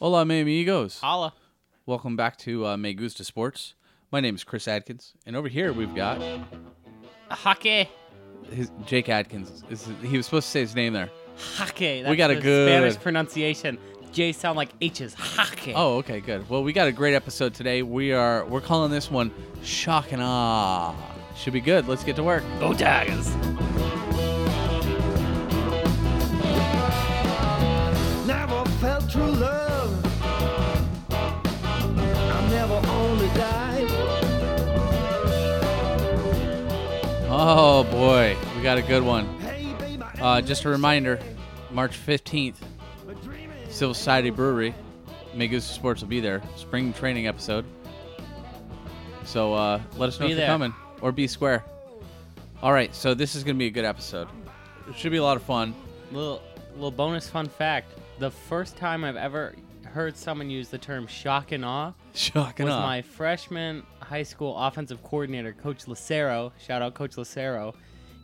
Hola, mi amigos. Holla. Welcome back to uh, Me Gusta Sports. My name is Chris Adkins, and over here we've got Hockey. his, Jake Adkins. Is, he was supposed to say his name there. Hockey. That's got a the good- Spanish pronunciation. J's sound like H's. Hockey. Oh, okay, good. Well, we got a great episode today. We are we're calling this one Shock and Awe. Should be good. Let's get to work. Go Tigers. Never felt true love. I never only died. Oh boy, we got a good one. Hey, babe, I Uh, ain't just a really reminder, sorry, March 15th, but dreaming Civil Society Brewery. Me Gusta Sports will be there. Spring training episode. So uh, let us know Be if you're there. coming or be square. All right, so this is gonna be a good episode. It should be a lot of fun. Little little bonus fun fact: the first time I've ever heard someone use the term shock and awe Shock and was awe. my freshman high school offensive coordinator, Coach Lucero. Shout out, Coach Lucero.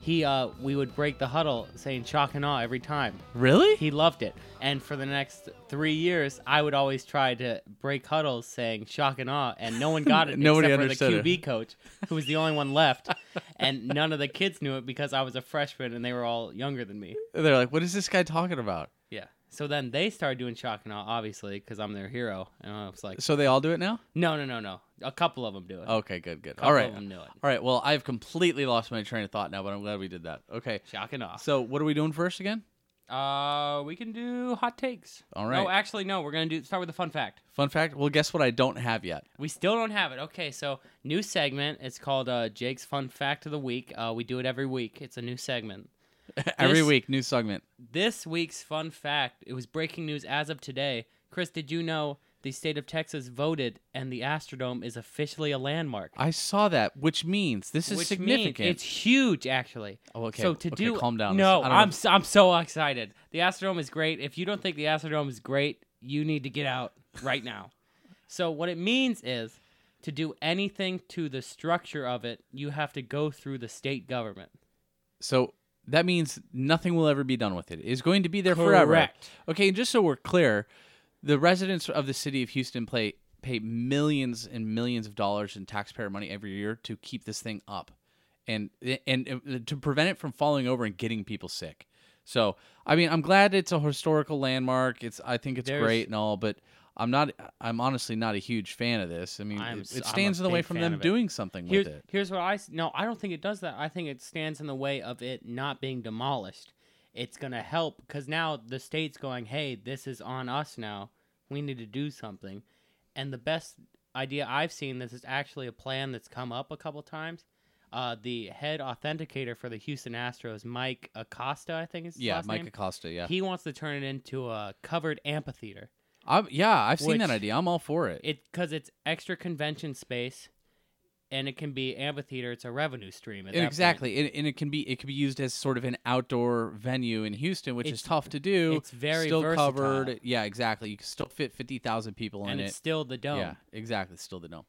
He, uh, we would break the huddle saying shock and awe every time. really? He loved it, and for the next three years, I would always try to break huddles saying shock and awe, and no one got it Nobody except understood for it. the QB coach, who was the only one left, and none of the kids knew it because I was a freshman and they were all younger than me. They're like, what is this guy talking about? Yeah. So then they started doing shock and awe, obviously, because I'm their hero. And I was like, So they all do it now? no, no, no, no. A couple of them do it. Okay, good, good. couple Oh, All right. of 'em do it. All right. Well, I've completely lost my train of thought now, but I'm glad we did that. Okay. Shock and awe. So, what are we doing first again? Uh, we can do hot takes. All right. No, actually, no. We're gonna do start with a fun fact. Fun fact. Well, guess what I don't have yet? We still don't have it. Okay, so new segment. It's called uh, Jake's Fun Fact of the Week. Uh, we do it every week. It's a new segment. Every This- week, new segment. This week's fun fact. It was breaking news as of today. Chris, did you know the state of Texas voted and the Astrodome is officially a landmark? I saw that, which means this is which significant. Means it's huge, actually. Oh, okay. So to Okay, do calm down. No, I don't I'm know. s- I'm so excited. The Astrodome is great. If you don't think the Astrodome is great, you need to get out right now. so what it means is to do anything to the structure of it, you have to go through the state government. so that means nothing will ever be done with it. It's going to be there forever. Correct. Okay. And just so we're clear, the residents of the city of Houston play pay millions and millions of dollars in taxpayer money every year to keep this thing up, and and, and to prevent it from falling over and getting people sick. So I mean, I'm glad it's a historical landmark. It's I think it's There's- great and all, but. I'm not. I'm honestly not a huge fan of this. I mean, I'm it, s- it I'm a stands in the way big from fan them of it. doing something Here's, with it. here's what I s- no, I don't think it does that. I think it stands in the way of it not being demolished. It's gonna help because now the state's going, hey, this is on us now. We need to do something. And the best idea I've seen this is actually a plan that's come up a couple times. Uh, the head authenticator for the Houston Astros, Mike Acosta, I think is his Yeah, last Mike name. Acosta. Yeah, He wants to turn it into a covered amphitheater. I'm, yeah, I've seen that Which- idea. I'm all for it. It because it's extra convention space, and it can be amphitheater. It's a revenue stream. At that And point. exactly, and, and it can be it can be used as sort of an outdoor venue in Houston, which is It's- tough to do. it's very still versatile. covered. Yeah, exactly. You can still fit fifty thousand people and in it's it. still the dome. Yeah, exactly. Still the dome.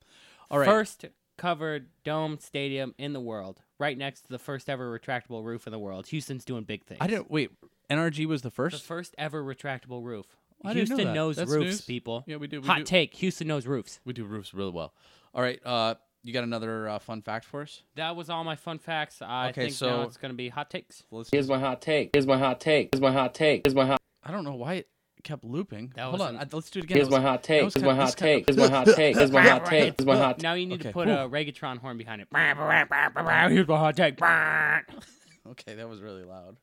All right. First covered dome stadium in the world, right next to the first ever retractable roof in the world. Houston's doing big things. I didn't wait. NRG was the The first. first ever retractable roof. I didn't know Houston that. knows That's roofs, news. people. Yeah, we do- we Hot do- take: Houston knows roofs. we do roofs really well. All right. Uh, you got another uh, fun fact for us? That was all my fun facts. I Okay, think so- now it's gonna be hot takes. Well, let's- Here's my hot take. Here's my hot take. Here's my hot take. Here's my hot. I don't know why it kept looping. That Hold was on. an- I- let's do it again. Here's That was- my hot that take. was Here's kinda- my hot that's kinda- take. Here's my hot take. Here's my hot take. Here's my hot take. Now you need Okay, to put cool. a Regatron horn behind it. Here's my hot take. Okay, that was really loud.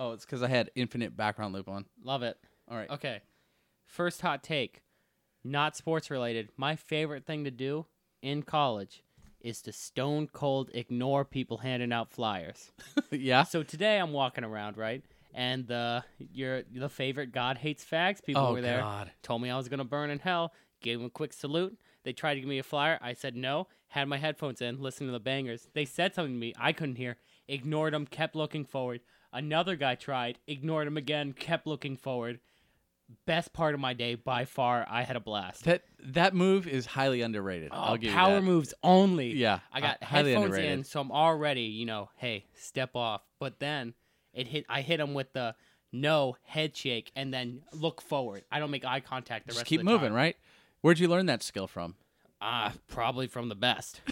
Oh, it's because I had infinite background loop on. Love it. All right. Okay. First hot take, not sports related. My favorite thing to do in college is to stone cold ignore people handing out flyers. yeah. so today I'm walking around, right? And the your the favorite God hates fags people Oh were there. God. Told me I was gonna burn in hell. Gave them a quick salute. They tried to give me a flyer. I said no. Had my headphones in, listening to the bangers. They said something to me. I couldn't hear. Ignored them. Kept looking forward. Another guy tried. Ignored him again. Kept looking forward. Best part of my day by far. I had a blast. That that move is highly underrated. Oh, I'll give power you that. moves only. Yeah, I got uh, highly headphones underrated. in, so I'm already, you know, hey, step off. But then it hit. I hit him with the no, head shake, and then look forward. I don't make eye contact the Just rest keep of the moving, time. right? Where'd you learn that skill from? Ah, probably from the best.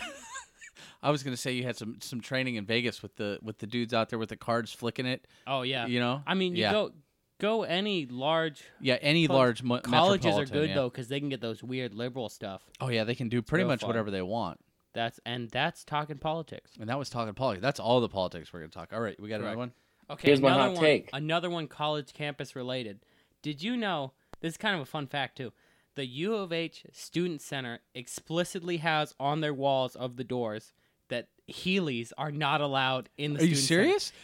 I was gonna say you had some some training in Vegas with the with the dudes out there with the cards flicking it. Oh yeah. You know? I mean, you Yeah. go go any large Yeah, any Col- large mo- colleges are metropolitan, good yeah. though because they can get those weird liberal stuff. Oh yeah, they can do pretty real much fun. whatever they want. That's and that's talking politics. And that was talking politics. That's all the politics we're gonna talk. All right, we got another Correct. one. Okay, Here's my another hot one, take. Another one, college campus related. Did you know this is kind of a fun fact too? The U of H Student Center explicitly has on their walls of the doors that Heelys are not allowed in the. Are you student serious? Center.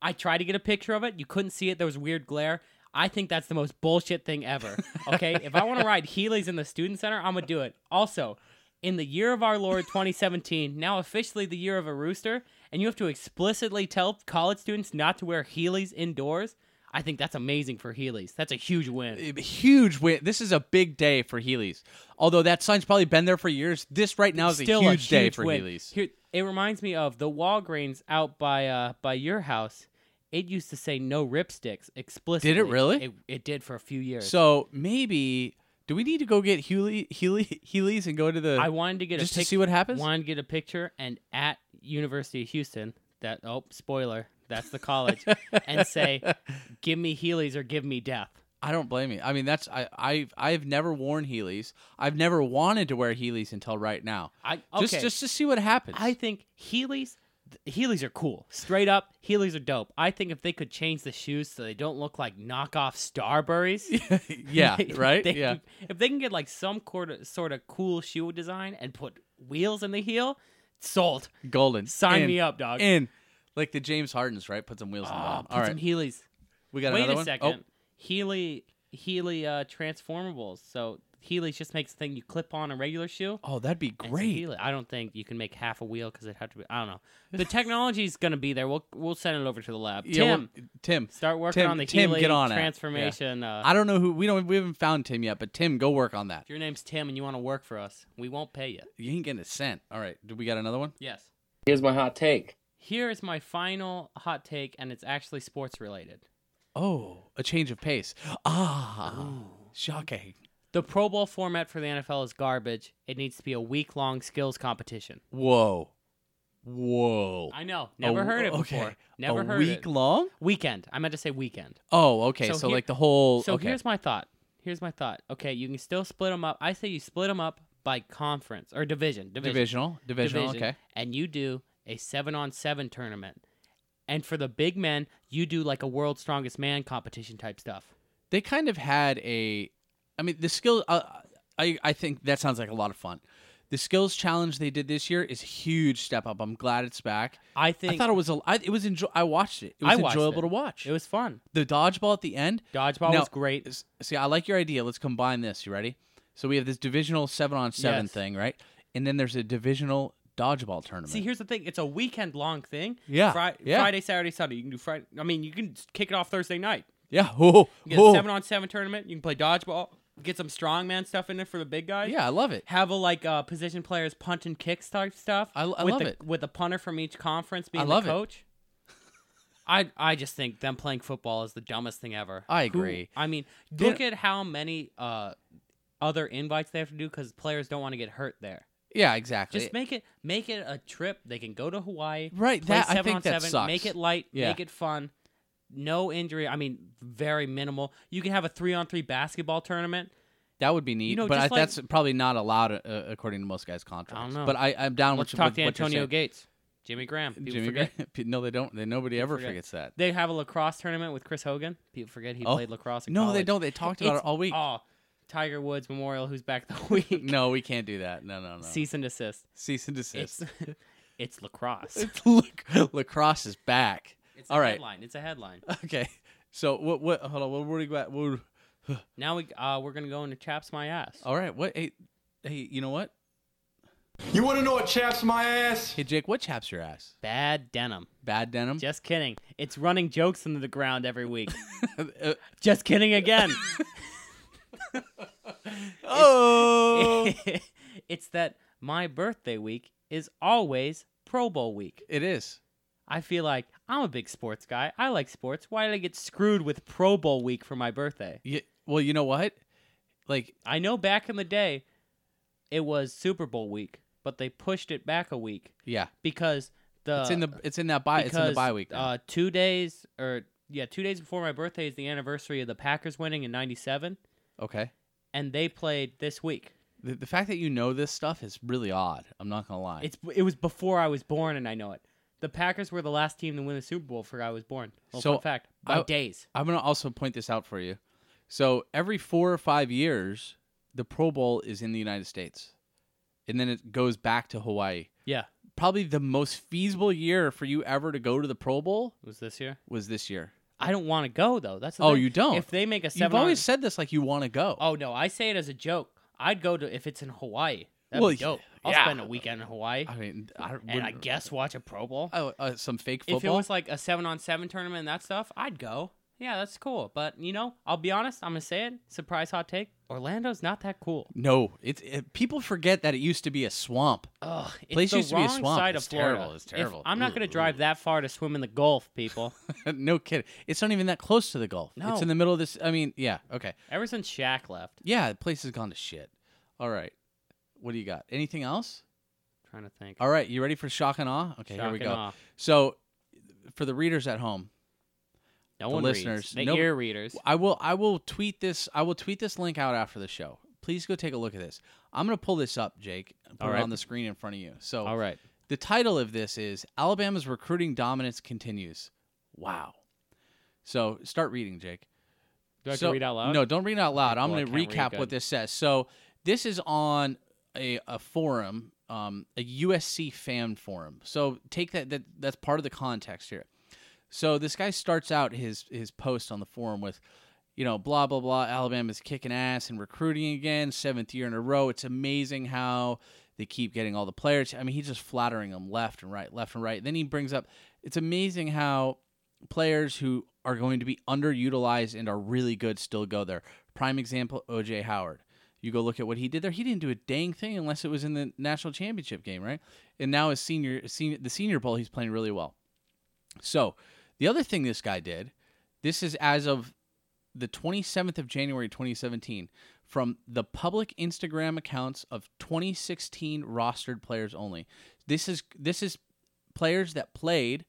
I tried to get a picture of it. You couldn't see it. There was weird glare. I think that's the most bullshit thing ever. Okay, if I want to ride Heelys in the student center, I'm gonna do it. Also, in the year of our Lord 2017, now officially the year of a rooster, and you have to explicitly tell college students not to wear Heelys indoors. I think that's amazing for Heelys. That's a huge win. A huge win. This is a big day for Healy's. Although that sign's probably been there for years. This right now is Still a huge, a day for win. Healy's. Here, it reminds me of the Walgreens out by uh by your house. It used to say no ripsticks explicitly. really? It, it did for a few years. So maybe do we need to go get Healy Healy Healy's and go to the? I wanted to get just a pic- to see what happens. Wanted to get a picture, and at University of Houston, that oh spoiler, that's the college, and say, "Give me Heelys or give me death." I don't blame you. I mean, that's I I've I've never worn Healy's. I've never wanted to wear Healy's until right now. I Just okay. just to see what happens. I think Heelys, th- Heelys are cool. Straight up, Heelys are dope. I think if they could change the shoes so they don't look like knockoff Starburys. yeah. they- Right. they yeah. can- if they can get like some quarter, sort of cool shoe design and put wheels in the heel, sold. Golden. Sign In. me up, dog. In. Like the James Hardens, right? Put some wheels in the Ah, bottom. put All right. some Heelys. we got Wait another a one. second. Oh, Healy Healy uh, transformables. So Healy just makes the thing you clip on a regular shoe. oh, that'd be and it's a great. Heeley. I don't think you can make half a wheel because it'd have to be. I don't know. The technology's gonna be there. We'll we'll send it over to the lab. Yeah, Tim, well, Tim, start working Tim- on the Tim, Healy get on it. Yeah. transformation. Uh, I don't know who we don't we haven't found Tim yet, but Tim, go work on that. if your name's Tim and you want to work for us, we won't pay you. You ain't getting a cent. All right, do we got another one? Yes. Here's my hot take. Here is my final hot take, and it's actually sports related. Oh, a change of pace. Ah, shocking. The Pro Bowl format for the NFL is garbage. It needs to be a week long skills competition. Whoa, whoa. I know. Never A- heard it okay. before. Never a heard week it. long. Weekend. I meant to say weekend. Oh, okay. So, So here- like the whole. So okay. here's my thought. Here's my thought. Okay, you can still split them up. I say you split them up by conference or division. Division. divisional, divisional. division, Okay. And you do a seven on seven tournament. And for the big men, you do like a world's strongest man competition type stuff. they kind of had a i mean the skill uh, i i think that sounds like a lot of fun the skills challenge they did this year is a huge step up i'm glad it's back I think i thought it was a I, it was enjoy i watched it it was I watched enjoyable it. to watch it was fun. the dodgeball at the end Dodgeball Now, was great. s- see i like your idea let's combine this you ready so we have this divisional seven on seven Yes. thing right and then there's a divisional dodgeball tournament See, here's the thing. It's a weekend long thing. Yeah, Fri- yeah. Friday, Saturday, Sunday. You can do Friday. I mean, you can kick it off Thursday night. yeah oh, You get a oh. seven on seven tournament. You can play dodgeball. Get some strongman stuff in there for the big guys. yeah i love it Have a like uh, position players punt and kick type stuff. I- I with love the, it. With a punter from each conference being I love it. the coach. I I just think them playing football is the dumbest thing ever. I Who- agree. I mean, look at how many uh, other invites they have to do because players don't want to get hurt there. yeah exactly Just make it make it a trip. They can go to Hawaii. Right, Play that- I seven think on that seven, sucks. Make it light. Yeah. Make it fun. No injury. I mean, very minimal. You can have a three on three basketball tournament. That would be neat, You know, but I, just like- that's probably not allowed uh, according to most guys' contracts. know. But I, I'm down Let's with, talk with to what you're Antonio saying. Gates, Jimmy Graham. People Jimmy forget. Graham- No, they don't. They nobody ever forget. forgets that. They have a lacrosse tournament with Chris Hogan. People forget he Oh. played lacrosse. In No, they college. don't. They talked about It's- it all week. Oh, Tiger Woods Memorial. Who's back the week? No, we can't do that. No, no, no. Cease and desist. Cease and desist. It's it's lacrosse. Look, lacrosse is back. It's a all right. headline. It's a headline. Okay. So what? What? Hold on. What were we got? What, Now we uh, we're gonna go into chaps my ass. all right. What? Hey, hey. You know what? You wanna know what chaps my ass? Hey, Jake. What chaps your ass? Bad denim. Bad denim. Just kidding. It's running jokes into the ground every week. Uh, Just kidding again. oh. it's that my birthday week is always Pro Bowl week. it is. I feel like I'm a big sports guy. I like sports. Why did I get screwed with Pro Bowl week for my birthday? Yeah, well, you know what? Like I know back in the day, it was Super Bowl week, but they pushed it back a week yeah, because the it's in the it's in that bye it's in the Uh, because, bye week. now. Uh, two days or yeah, two days before my birthday is the anniversary of the Packers winning in '97, okay. and they played this week. The, the fact that you know this stuff is really odd. I'm not gonna lie. It's it was before I was born, and I know it. The Packers were the last team to win the Super Bowl before I was born. Well, So, fun fact by I- days. I'm gonna also point this out for you. So every four or five years, the Pro Bowl is in the United States, and then it goes back to Hawaii. Yeah, Probably the most feasible year for you ever to go to the Pro Bowl it was this year. was this year. I don't want to go though. That's the Oh, thing. you don't? If they make a You've seven, always said this like you want to go. oh no, I say it as a joke. I'd go to if it's in Hawaii. That'd Well, be dope. I'll yeah. spend a weekend in Hawaii I mean, I don't- and I wouldn't- guess watch a Pro Bowl. oh, uh, some fake if it football. was like a seven on seven tournament and that stuff, I'd go. Yeah, that's cool. But you know, I'll be honest. I'm gonna say it. Surprise hot take. Orlando's not that cool. no, it's it, people forget that it used to be a swamp. Ugh, it's Place the used to be a wrong swamp. side It's of Florida. terrible. It's If- terrible. I'm not Ooh, gonna drive that far to swim in the Gulf, people. no kidding. It's not even that close to the Gulf. No. It's in the middle of this. I mean, yeah, okay. Ever since Shaq left, Yeah, the place has gone to shit. All right. What do you got? Anything else? trying to think. All right, you ready for shock and awe? Okay, here we Shock go. and awe. So, for the readers at home, No the one listeners, reads. The no- ear readers. I will I will tweet this I will tweet this link out after the show. Please go take a look at this. I'm gonna pull this up, Jake. and Put All it right. on the screen in front of you. So, All right. the title of this is Alabama's recruiting dominance continues. Wow. So start reading, Jake. Do I have So- to read out loud? No, don't read it out loud. I'm well, I going to can't recap read what good. this says. So this is on a, a forum, um, a USC fan forum. So take that, that that's part of the context here. So this guy starts out his his post on the forum with, you know, blah blah blah. Alabama's kicking ass and recruiting again, seventh year in a row. It's amazing how they keep getting all the players. I mean, he's just flattering them left and right, left and right. Then he brings up, it's amazing how players who are going to be underutilized and are really good still go there. Prime example, OJ Howard. You go look at what he did there. He didn't do a dang thing unless it was in the national championship game, right? And now his senior, senior the senior bowl, he's playing really well. So, the other thing this guy did, this is as of the 27th of January 2017 from the public Instagram accounts of 2016 rostered players only. This is this is players that played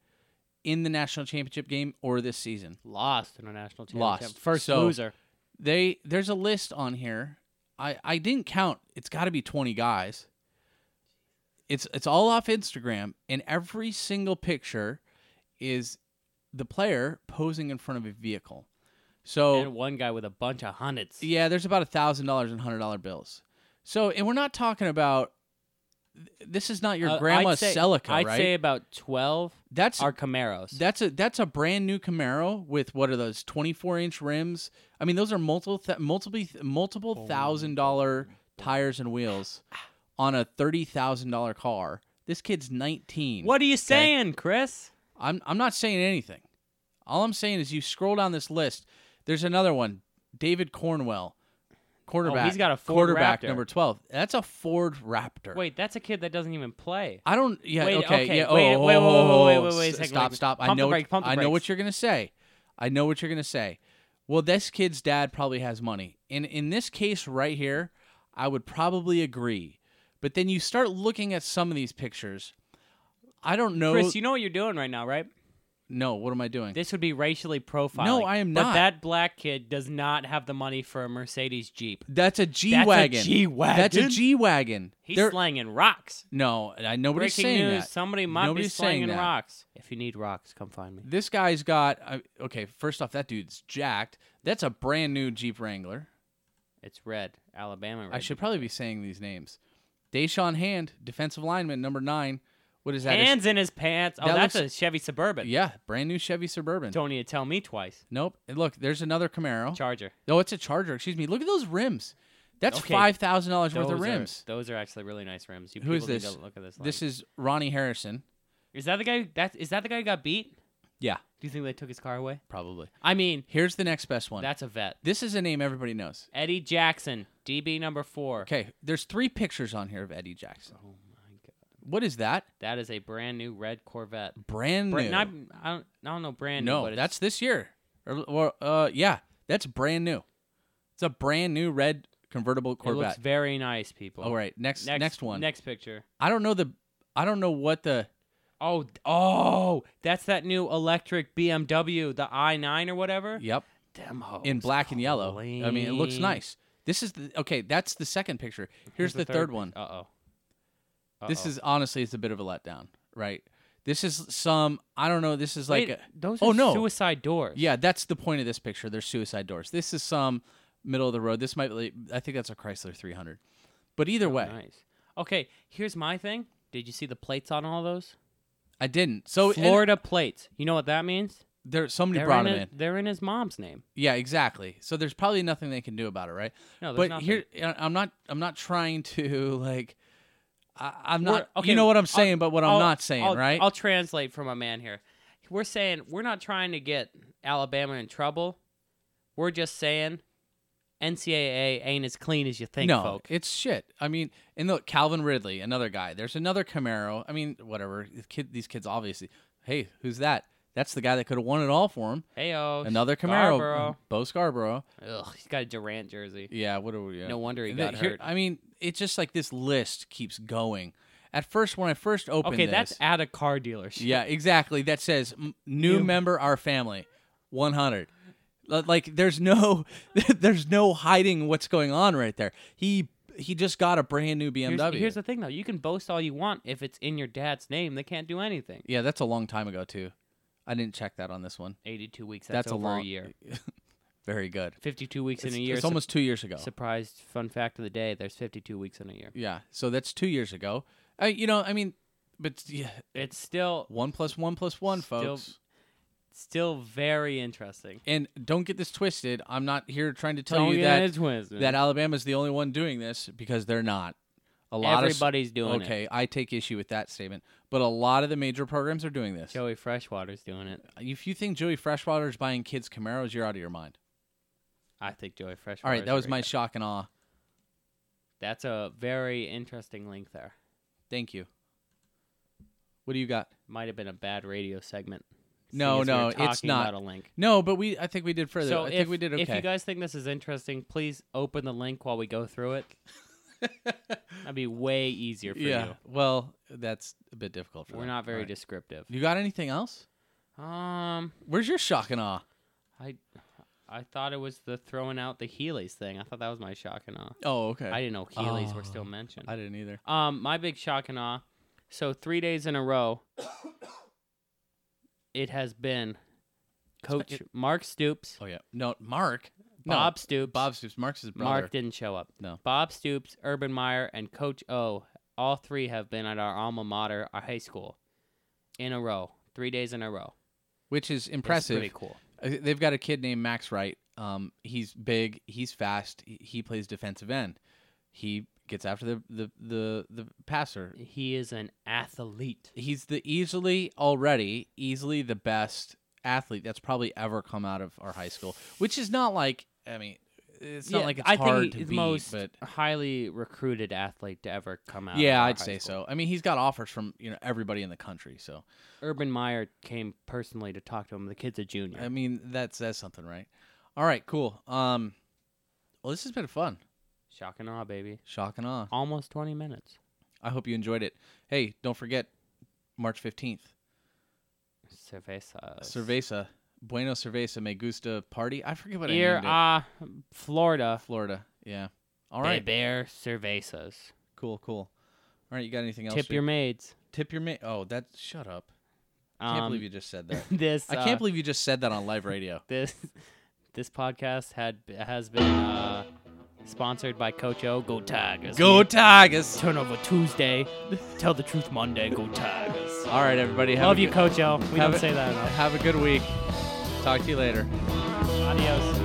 in the national championship game or this season. Lost in a national Lost. championship. First So- loser. They there's a list on here. I I didn't count. It's got to be 20 guys. It's it's all off Instagram and every single picture is the player posing in front of a vehicle. So And one guy with a bunch of hundreds. Yeah, there's about a thousand dollars in hundred dollar bills. So, and we're not talking about. th- This is not your Uh, grandma's I'd say, Celica, I'd right? say about 12 that's are Camaros. that's a that's a brand new Camaro with what are those twenty four inch rims? I mean, those are multiple th- multiple multiple thousand dollar tires and wheels on a thirty thousand dollar car. This kid's nineteen. what are you saying, Chris? I'm I'm not saying anything. All I'm saying is you scroll down this list. There's another one, David Cornwell, quarterback. Oh, he's got a Ford quarterback Raptor. number twelve. That's a Ford Raptor. Wait, that's a kid that doesn't even play. I don't. Yeah. Wait, okay. okay, Yeah. Oh. wait, oh, wait, wait, oh, wait, oh, wait, wait, s- second, Stop. wait. Stop. I Pump the know. brake, pump the I know what brakes. you're gonna say. I know what you're gonna say. Well, this kid's dad probably has money. In in this case right here, I would probably agree. But then you start looking at some of these pictures. I don't know. Chris, you know what you're doing right now, right? no. What am I doing? This would be racially profiling. No, I am But not. that black kid does not have the money for a Mercedes Jeep. That's a G That's a wagon. G-Wagon? That's a G wagon. He's slanging rocks. no, I, nobody's Breaking saying news: that. somebody might be Nobody's saying slanging that. rocks. If you need rocks, come find me. This guy's got uh, okay. First off, that dude's jacked. That's a brand new Jeep Wrangler. It's red, Alabama. Red. I should probably be saying these names. Deshaun Hand, defensive lineman, number nine. What is that? His- Hands in his pants. Oh, That that's looks- a Chevy Suburban. yeah, brand new Chevy Suburban. Don't need to tell me twice. Nope. And look, there's another Camaro. Charger. no, it's a Charger. Excuse me. Look at those rims. That's Okay, five thousand dollars worth those of rims. Are, those are actually really nice rims. You Who is people need this? to look at this. This is Ronnie Harrison. is that the guy? who- That is that the guy who got beat? Yeah, Do you think they took his car away? probably. I mean, Here's the next best one. that's a vet. this is a name everybody knows. Eddie Jackson, DB number four. Okay, there's three pictures on here of Eddie Jackson. Oh my god. What is that? That is a brand new red Corvette. Brand Bra- new. Not, I, don't, I don't know brand new, no, but that's it's, this year. Or, or uh, yeah, that's brand new. It's a brand new red convertible it looks Corvette. very nice, people. All right, next next, one. Next picture. I don't know the. I don't know what the. Oh, d- oh, that's that new electric BMW, the i9 or whatever. Yep. Them hoes in black and yellow. I mean, it looks clean. nice. This is the okay. That's the second picture. Here's, the, third, one. Uh oh. This is honestly, it's a bit of a letdown, right? This is some. I don't know. This is like. Wait, a- those oh are no. suicide doors. Yeah, that's the point of this picture. They're suicide doors. This is some middle of the road. This might. Be, I think that's a Chrysler 300. But Oh, either way, Nice. Okay, here's my thing. Did you see the plates on all those? I didn't. So Oh, and Florida plates. You know what that means? there. Somebody They're brought him in in. his- They're in his mom's name. Yeah, exactly. So there's probably nothing they can do about it, right? but No, Oh, there's nothing. here, I- I'm not. I'm not trying to like. I, I'm We're- not. you know what I'm saying, but what I'm I'll- not saying, I'll- right? I'll translate for my man here. We're saying we're not trying to get Alabama in trouble. We're just saying NCAA ain't as clean as you think, no, folk. it's shit. I mean, and look, Calvin Ridley, another guy. There's another Camaro. I mean, whatever. The kid, these kids, obviously. Hey, who's that? That's the guy that could have won it all for him. Hey, oh, Another Camaro, Bo Scarborough. Ugh, he's got a Durant jersey. Yeah, what are we? yeah. No wonder he And then got hurt. I mean, it's just like this list keeps going. At first, when I first opened Okay, this, that's at a car dealership. Yeah, exactly. That says m- new member our family, 100. L- Like there's no there's no hiding what's going on right there. He he just got a brand new Here's, BMW. here's the thing, though. You can boast all you want if it's in your dad's name. They can't do anything. yeah, that's a long time ago too. I didn't check that on this one. 82 weeks. That's, That's, a over long a year. Very good. 52 weeks It's, in a year. it's almost two years ago. surprised. Fun fact of the day: There's 52 weeks in a year. yeah, so that's two years ago. I, you know, I mean, but yeah, It's still one plus one plus one, Still- folks. still very interesting. And don't get this twisted. I'm not here trying to tell Don't you get that it twisted. that Alabama's the only one doing this because they're not. A lot Everybody's of, doing it. Okay, I take issue with that statement, but a lot of the major programs are doing this. Joey Freshwater's doing it. If you think Joey Freshwater is buying kids Camaros, you're out of your mind. I think Joey Freshwater. All right, that was my shock and awe. That's a very interesting link there. Thank you. What do you got? Might have been a bad radio segment. No, seeing as we no, were it's talking not. about a link. No, but we I think we did further. So I if, think we did okay. if you guys think this is interesting, please open the link while we go through it. That'd be way easier for yeah. Well, that's a bit difficult for you. We're them. not very All right. descriptive. You got anything else? Um, Where's your shock and awe? I, I thought it was the throwing out the Heelys thing. I thought that was my shock and awe. Oh, okay. I didn't know Heelys were Oh, still mentioned. I didn't either. Um, my big shock and awe. So three days in a row, it has been Coach Mark Stoops, Oh yeah. No, Mark. No, Bob Stoops. Bob Stoops. Mark's his brother. Mark didn't show up. No. Bob Stoops, Urban Meyer, and Coach O. All three have been at our alma mater, our high school, in a row, three days in a row. which is It's impressive. pretty cool. Uh, They've got a kid named Max Wright. Um, he's big. He's fast. He, he plays defensive end. He gets after the, the the the passer. He is an athlete. He's the easily already easily the best athlete that's probably ever come out of our high school. Which is not like I mean, it's not Yeah, like it's I hard think to he's beat, the most but highly recruited athlete to ever come out. yeah, I'd say so. I mean, he's got offers from you know everybody in the country. So Urban Meyer came personally to talk to him. The kid's a junior. I mean, that says something, right? All right, cool. Um, well, this has been fun. Shock and awe, baby. Shock and awe. Almost 20 minutes. I hope you enjoyed it. Hey, don't forget March 15th, Cerveza. Cerveza, Bueno Cerveza, Me Gusta Party. I forget what I Here, named it. ah, Florida. Florida. Yeah. All All right. right. Bear cervezas. Cool, cool. All right, you got anything else? Tip you- your maids. tip your ma- Oh, that shut up. I Um, can't believe you just said that. this. I uh, can't believe you just said that on live radio. this. This podcast had has been uh, sponsored by Coach O. Go Tigers. Go Tigers. Turnover Tuesday. Tell the truth Monday. Go Tigers. All right, everybody. Have Love a you, good- Coach O. We have don't a- say that enough. Have a good week. Talk to you later. Adios.